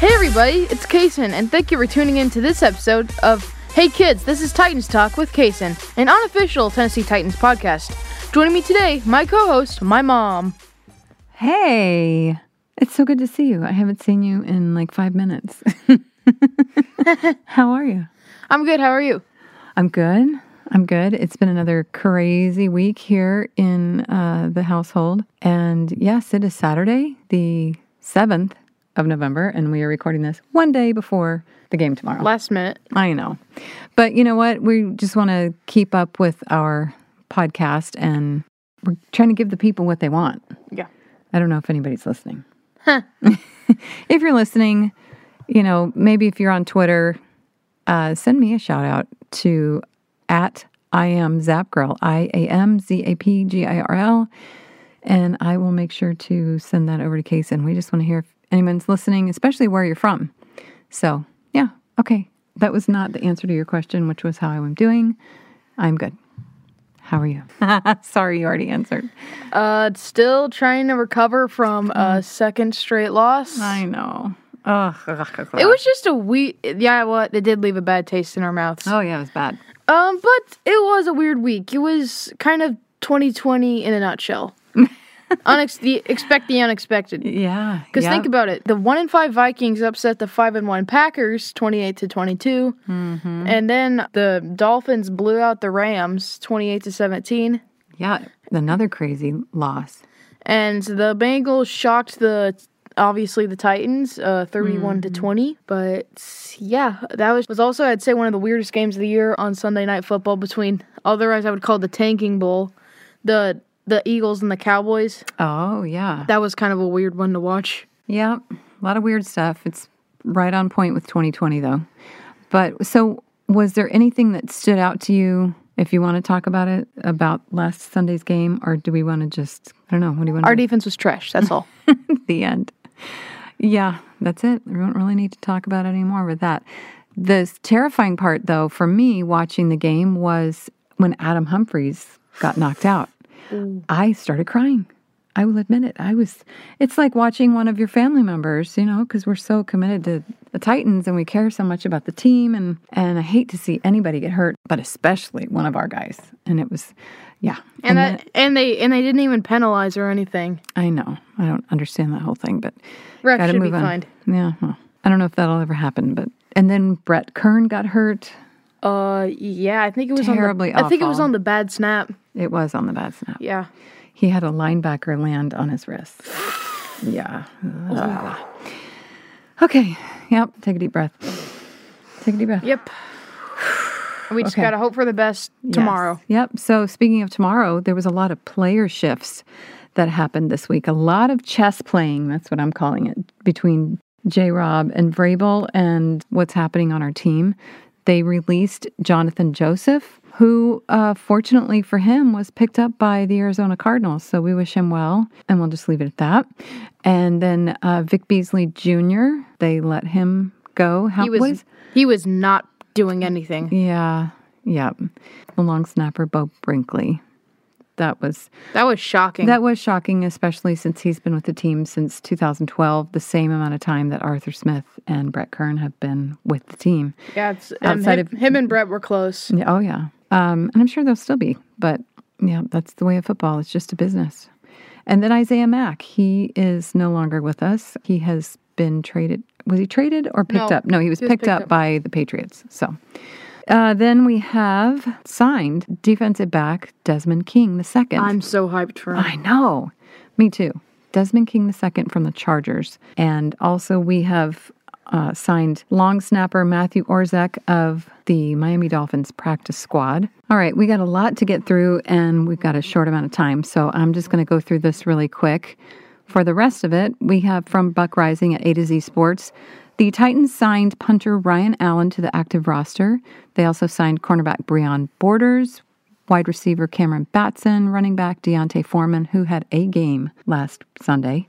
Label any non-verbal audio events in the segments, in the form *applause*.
Hey everybody, it's Kason, and thank you for tuning in to this episode of Hey Kids, this is Titans Talk with Kason, an unofficial Tennessee Titans podcast. Joining me today, my co-host, my mom. Hey, it's so good to see you. I haven't seen you in like five minutes. *laughs* How are you? I'm good, how are you? I'm good. I'm good. It's been another crazy week here in uh, the household. And yes, it is Saturday, the 7th of November, and we are recording this one day before the game tomorrow. Last minute. I know. But you know what? We just want to keep up with our podcast and we're trying to give the people what they want. Yeah. I don't know if anybody's listening. *laughs* if you're listening, you know, maybe if you're on Twitter, uh, send me a shout out to at I am Zap Girl, I A M Z A P G I R L. And I will make sure to send that over to Kason. We just want to hear if anyone's listening, especially where you're from. So, yeah, okay. That was not the answer to your question, which was how I'm doing. I'm good. How are you? *laughs* Sorry, you already answered. Uh, still trying to recover from a second straight loss. I know. Ugh. It was just a week. Yeah, well, it did leave a bad taste in our mouths. Oh yeah, it was bad. Um, but it was a weird week. It was kind of 2020 in a nutshell. Unex- the, expect the unexpected. Yeah. Because think about it, the one in five Vikings upset the five and one Packers, twenty-eight to 22 and then the Dolphins blew out the Rams, twenty-eight to seventeen, yeah, another crazy loss. and the Bengals shocked the obviously the Titans, uh, thirty-one to twenty. But yeah, that was was also I'd say one of the weirdest games of the year on Sunday Night Football between otherwise I would call the tanking bowl, the the Eagles and the Cowboys. Oh yeah, That was kind of a weird one to watch. yeah, a lot of weird stuff. It's right on point with 2020 though. But so, was there anything that stood out to you? If you want to talk about it about last Sunday's game, or do we want to just I don't know? What do you want Our to do defense was trash. That's all. at *laughs* the end? Yeah, that's it. We don't really need to talk about it anymore with that. The terrifying part, though, for me watching the game was when Adam Humphreys got knocked out. I started crying. I will admit it. I was, it's like watching one of your family members, you know, because we're so committed to the Titans and we care so much about the team. And, and I hate to see anybody get hurt, but especially one of our guys. And it was, yeah. and that, and they and they didn't even penalize or anything. I know. I don't understand that whole thing, but Ref gotta should move be on. fined. Yeah. well, I don't know if that'll ever happen, but and then Brett Kern got hurt. Uh, yeah, I think it was Terribly On the, I think it was awful. on the bad snap. It was on the bad snap. Yeah, He had a linebacker land on his wrist. Yeah. Okay. Yep. Take a deep breath. Take a deep breath. yep. We just Okay. gotta hope for the best tomorrow. Yes. Yep. So speaking of tomorrow, there was a lot of player shifts that happened this week. A lot of chess playing, that's what I'm calling it, between J Rob and Vrabel and what's happening on our team. They released Jonathan Joseph, who uh, fortunately for him was picked up by the Arizona Cardinals. So we wish him well, and we'll just leave it at that. And then uh, Vic Beasley Jr., they let him go. How He was what is- he was not doing anything. yeah. Yep. The long snapper, Bo Brinkley. That was That was shocking. that was shocking, especially since he's been with the team since 2012, the same amount of time that Arthur Smith and Brett Kern have been with the team. yeah, it's, um, outside him, of- him and Brett were close. Yeah, Oh yeah, um, and I'm sure they'll still be. But yeah, that's the way of football. It's just a business. And then Isaiah Mack, he is no longer with us. He has been traded. Was he traded or picked No, up? No, he was, he was picked, picked up, up. by the Patriots. So. Uh, then we have signed defensive back Desmond King the 2nd I'm so hyped for him. I know. Me too. Desmond King II from the Chargers. And also, we have uh, signed long snapper Matthew Orzek of the Miami Dolphins practice squad. All right, we got a lot to get through, and we've got a short amount of time. So I'm just going to go through this really quick. For the rest of it, we have from Buck Rising at A to Z Sports. The Titans signed punter Ryan Allen to the active roster. They also signed cornerback Breon Borders, wide receiver Cameron Batson, running back Deontay Foreman, who had a game last Sunday.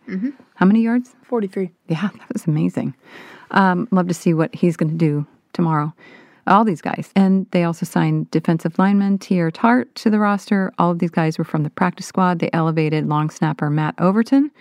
How many yards? 43. Yeah, *laughs* that was amazing. Um, love to see what he's going to do tomorrow. All these guys. And they also signed defensive lineman Tier Tart to the roster. All of these guys were from the practice squad. They elevated long snapper Matt Overton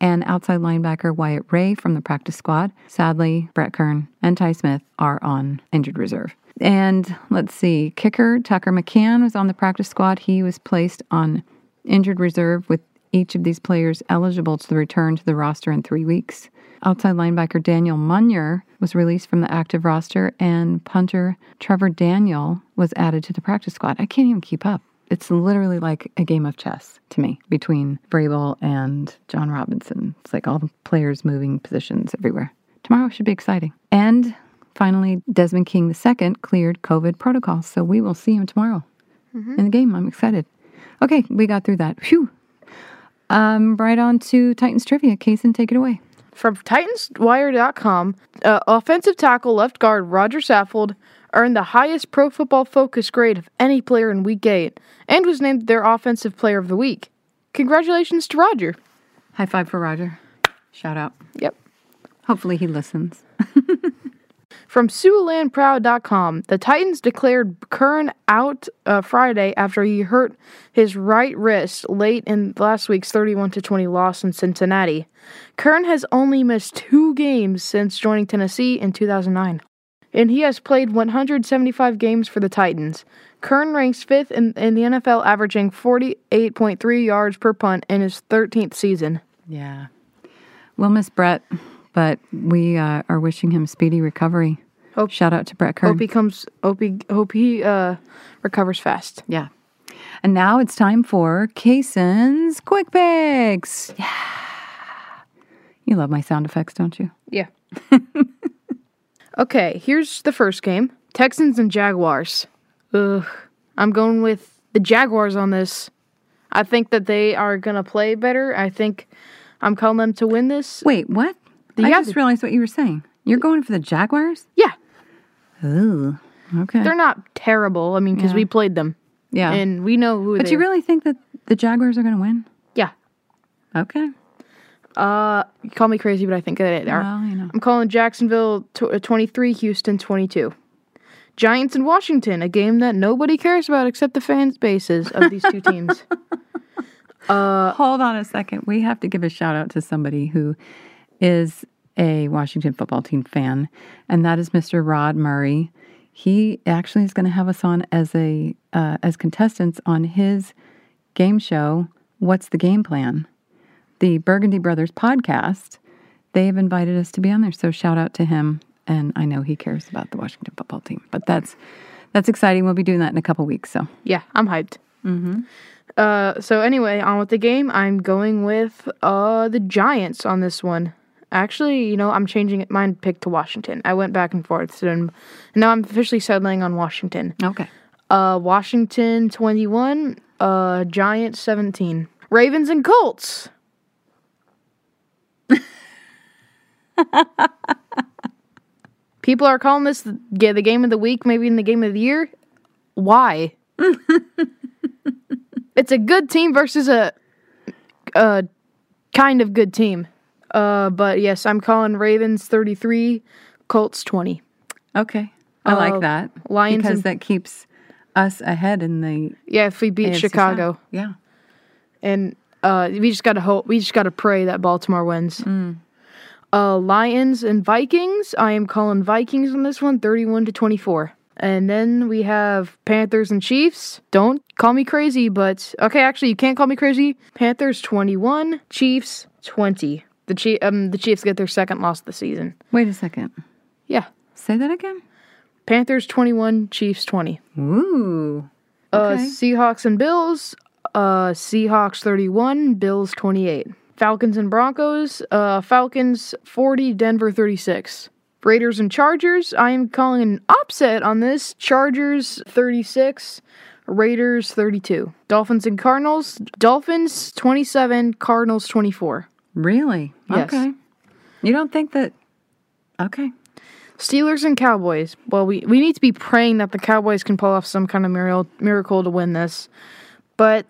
and outside linebacker Wyatt Ray from the practice squad. Sadly, Brett Kern and Ty Smith are on injured reserve. And let's see, kicker Tucker McCann was on the practice squad. He was placed on injured reserve with each of these players eligible to return to the roster in three weeks. Outside linebacker Daniel Munyer was released from the active roster, and punter Trevor Daniel was added to the practice squad. I can't even keep up. It's literally like a game of chess to me between Brable and John Robinson. It's like all the players moving positions everywhere. Tomorrow should be exciting. And finally, Desmond King II cleared COVID protocols, so we will see him tomorrow in the game. I'm excited. Okay, we got through that. Phew. Um, right on to Titans trivia. Kason, take it away. From TitansWire.com, uh, offensive tackle left guard Roger Saffold earned the highest pro football focus grade of any player in Week 8 and was named their Offensive Player of the Week. Congratulations to Roger. High five for Roger. Shout out. Yep. Hopefully he listens. From SiouxlandProud.com, the Titans declared Kern out uh, Friday after he hurt his right wrist late in last week's 31 20 loss in Cincinnati. Kern has only missed two games since joining Tennessee in 2009, and he has played 175 games for the Titans. Kern ranks fifth in, in the NFL, averaging 48.3 yards per punt in his 13th season. Yeah. We'll miss Brett, but we uh, are wishing him speedy recovery. Hope- Shout out to Brett Kern. Hope he comes. Hope he, hope he uh, recovers fast. Yeah. And now it's time for Kason's Quick Picks. Yeah. You love my sound effects, don't you? Yeah. *laughs* okay, here's the first game Texans and Jaguars. Ugh. I'm going with the Jaguars on this. I think that they are going to play better. I think I'm calling them to win this. Wait, what? I Jagua- just realized what you were saying. You're going for the Jaguars? Yeah, Ooh. Okay. they're not terrible. I mean, because we played them yeah. and we know who but they you are. really think that the Jaguars are going to win? Yeah. Okay. Uh, you call me crazy, but I think that they are. Well, you know. I'm calling Jacksonville tw- uh, 23, Houston 22. Giants and Washington, a game that nobody cares about except the fan bases of these *laughs* two teams. Hold on a second. We have to give a shout out to somebody who is a Washington football team fan, and that is Mr. Rod Murray. He actually is going to have us on as a uh, as contestants on his game show. What's the game plan? The Burgundy Brothers podcast. They have invited us to be on there, so shout out to him. And I know he cares about the Washington football team, but that's that's exciting. We'll be doing that in a couple weeks. So Yeah, I'm hyped. Mm-hmm. Uh, so anyway, on with the game. I'm going with uh the Giants on this one. Actually, you know, I'm changing my pick to Washington. I went back and forth, so and now I'm officially settling on Washington. okay, Uh, Washington 21, uh, Giants 17. Ravens and Colts. People are calling this the, yeah, the game of the week, maybe in the game of the year. Why? it's a good team versus a, a kind of good team. Uh, but yes, I'm calling Ravens 33, Colts 20. Okay. I Uh, like that. Lions because and- that keeps us ahead in the Yeah, if we beat AFC South. Chicago. Yeah. and uh, we just gotta hope. We just gotta pray that Baltimore wins. Uh, Lions and Vikings. I am calling Vikings on this one, thirty-one to twenty-four. And then we have Panthers and Chiefs. Don't call me crazy, but okay, actually, you can't call me crazy. Panthers twenty-one, Chiefs twenty. The Chief, um, the Chiefs get their second loss of the season. Wait a second. Yeah, Say that again. Panthers twenty-one, Chiefs twenty. Ooh. Uh, Okay. Seahawks and Bills. Uh, Seahawks 31, Bills 28. Falcons and Broncos. Uh, Falcons 40, Denver 36. Raiders and Chargers. I am calling an upset on this. Chargers 36, Raiders 32. Dolphins and Cardinals. Dolphins 27, Cardinals 24. Really? Yes. Okay. You don't think that Okay. Steelers and Cowboys. Well, we, we need to be praying that the Cowboys can pull off some kind of miracle, miracle to win this. But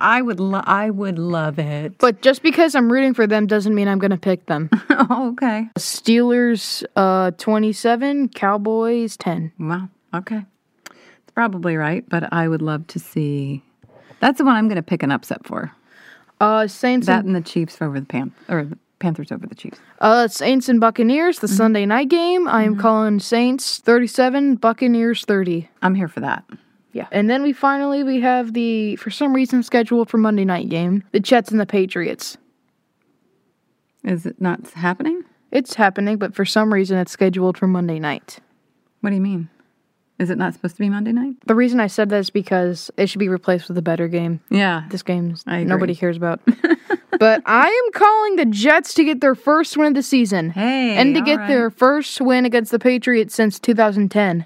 I would lo- I would love it. But just because I'm rooting for them doesn't mean I'm going to pick them. *laughs* oh, *laughs* okay. Steelers uh 27, Cowboys 10. Wow. Okay. It's probably right, but I would love to see That's the one I'm going to pick an upset for. Uh, Saints That and and the Chiefs over the Pan or the Panthers over the Chiefs. uh, Saints and Buccaneers, the Sunday night game. I am calling Saints 37, Buccaneers 30. I'm here for that. Yeah. And then we finally we have the for some reason scheduled for Monday night game, the Jets and the Patriots. Is it not happening? It's happening, but for some reason it's scheduled for Monday night. What do you mean? Is it not supposed to be Monday night? The reason I said that is because it should be replaced with a better game. Yeah. This game's I agree. nobody cares *laughs* about. but I am calling the Jets to get their first win of the season. Hey, and to all get right. their first win against the Patriots since 2010.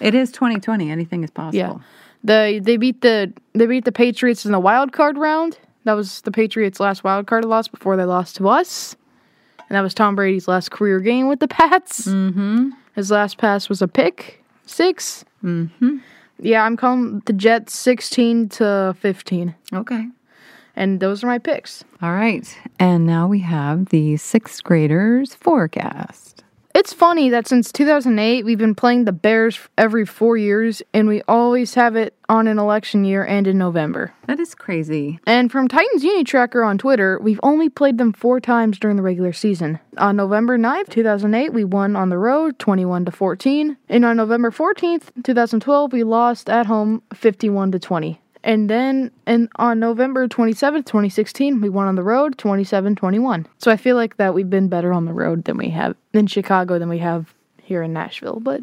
It is 2020. Anything is possible. Yeah. The they beat the they beat the Patriots in the wild card round. That was the Patriots' last wild card loss before they lost to us. And that was Tom Brady's last career game with the Pats. Mm-hmm. His last pass was a pick six. Mm-hmm. Yeah, I'm calling the Jets 16 to 15, Okay. and those are my picks. All right. And now we have the sixth graders forecast. It's funny that since 2008, we've been playing the Bears every four years, and we always have it on an election year and in November. That is crazy. And from Titans Uni Tracker on Twitter, we've only played them four times during the regular season. On November 9th, 2008, we won on the road 21 to 14, and on November 14th, 2012, we lost at home 51 to 20. And then and on November 27th, 2016, we won on the road 27-21. So I feel like that we've been better on the road than we have in Chicago than we have here in Nashville, but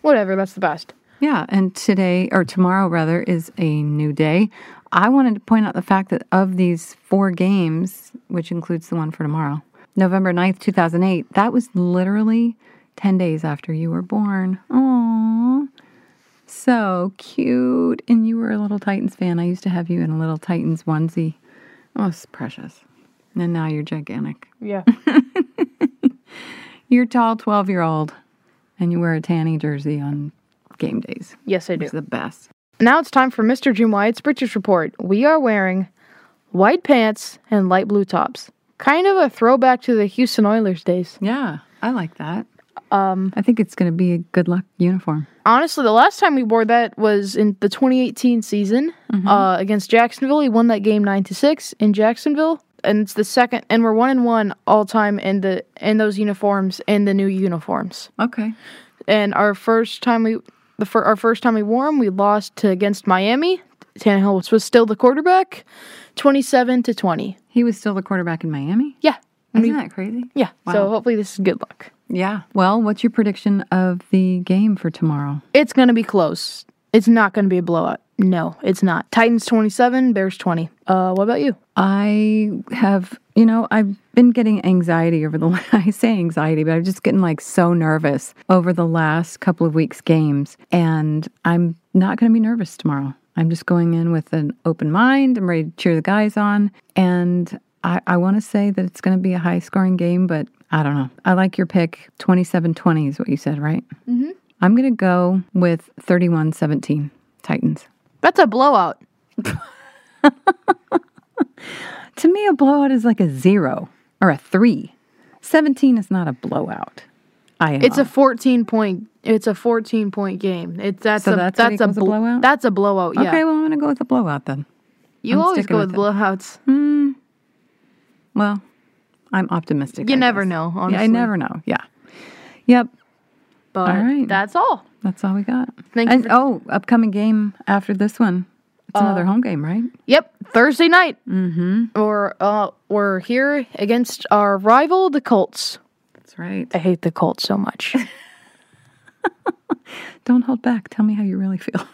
whatever, that's the best. Yeah. And today, or tomorrow rather, is a new day. I wanted to point out the fact that of these four games, which includes the one for tomorrow, November 9th, 2008, that was literally 10 days after you were born. Aww. So cute. And you were a little Titans fan. I used to have you in a little Titans onesie. Oh, it's precious. And now you're gigantic. Yeah. You're tall 12 year old and you wear a tanny jersey on game days. *laughs* yes, I do. It's the best. Now it's time for Mr. Jim White's British Report. We are wearing white pants and light blue tops. Kind of a throwback to the Houston Oilers days. Yeah, I like that. Um, I think it's going to be a good luck uniform. Honestly, the last time we wore that was in the 2018 season uh, against Jacksonville. We won that game nine to six in Jacksonville, and it's the second, and we're one and one all time in the in those uniforms and the new uniforms. Okay. And our first time we the fir- our first time we wore them, we lost to, against Miami. Tannehill was still the quarterback, 27 to 20. He was still the quarterback in Miami. Yeah. Isn't that crazy? Yeah. So hopefully this is good luck. Yeah. Well, what's your prediction of the game for tomorrow? It's going to be close. It's not going to be a blowout. No, it's not. Titans 27, Bears 20. Uh, what about you? I have, you know, I've been getting anxiety over the, *laughs* I say anxiety, but I'm just getting like so nervous over the last couple of weeks' games. And I'm not going to be nervous tomorrow. I'm just going in with an open mind. I'm ready to cheer the guys on. And I, I want to say that it's going to be a high scoring game, but I don't know. I like your pick 27 20 is what you said, right? Mm-hmm. I'm going to go with 31 17 Titans. That's a blowout. To me, a blowout is like a zero or a three. 17 is not a blowout. I am. It's a 14 point it's a 14 point game. It's that's So a that's that's, what a, equals a bl- blowout? That's a blowout. Yeah. Okay, well, I'm going to go with a blowout then. you I'm always sticking go with with it. blowouts. Mm, Well, I'm optimistic. You I never guess. know, Yeah, honestly. I never know. Yeah. Yep. But All right. that's all. That's all we got. Thank you and, for- Uh, Oh, upcoming game after this one. It's another home game, right? Yep, Thursday night. Mm-hmm. Mhm. Or uh we're here against our rival the Colts. That's right. I hate the Colts so much. Don't hold back. Tell me how you really feel.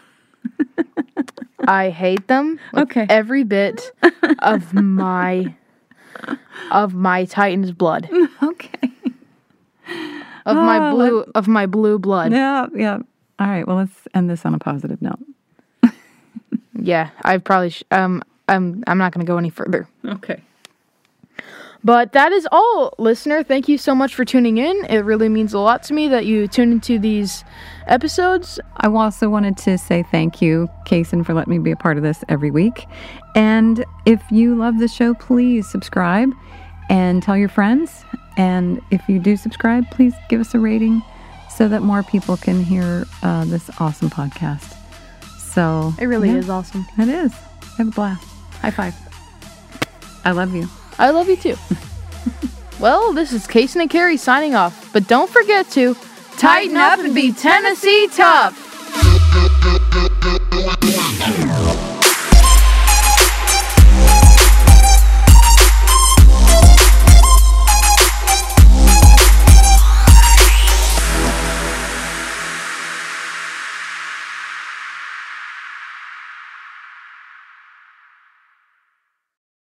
*laughs* I hate them. with Okay. Every bit of my of my Titan's blood. okay. Of Oh, my blue of my blue blood. Yeah, yeah. All right. Well, let's end this on a positive note. Yeah, I probably sh- um I'm I'm not going to go any further. Okay. But that is all, listener. Thank you so much for tuning in. It really means a lot to me that you tune into these episodes. I also wanted to say thank you, Kason, for letting me be a part of this every week. And if you love the show, please subscribe and tell your friends. And if you do subscribe, please give us a rating so that more people can hear uh, this awesome podcast. So It really yeah, is awesome. It is. I have a blast. High five. I love you. I love you *laughs* too. well, this is Casey and Carrie signing off, but don't forget to tighten up and be Tennessee tough.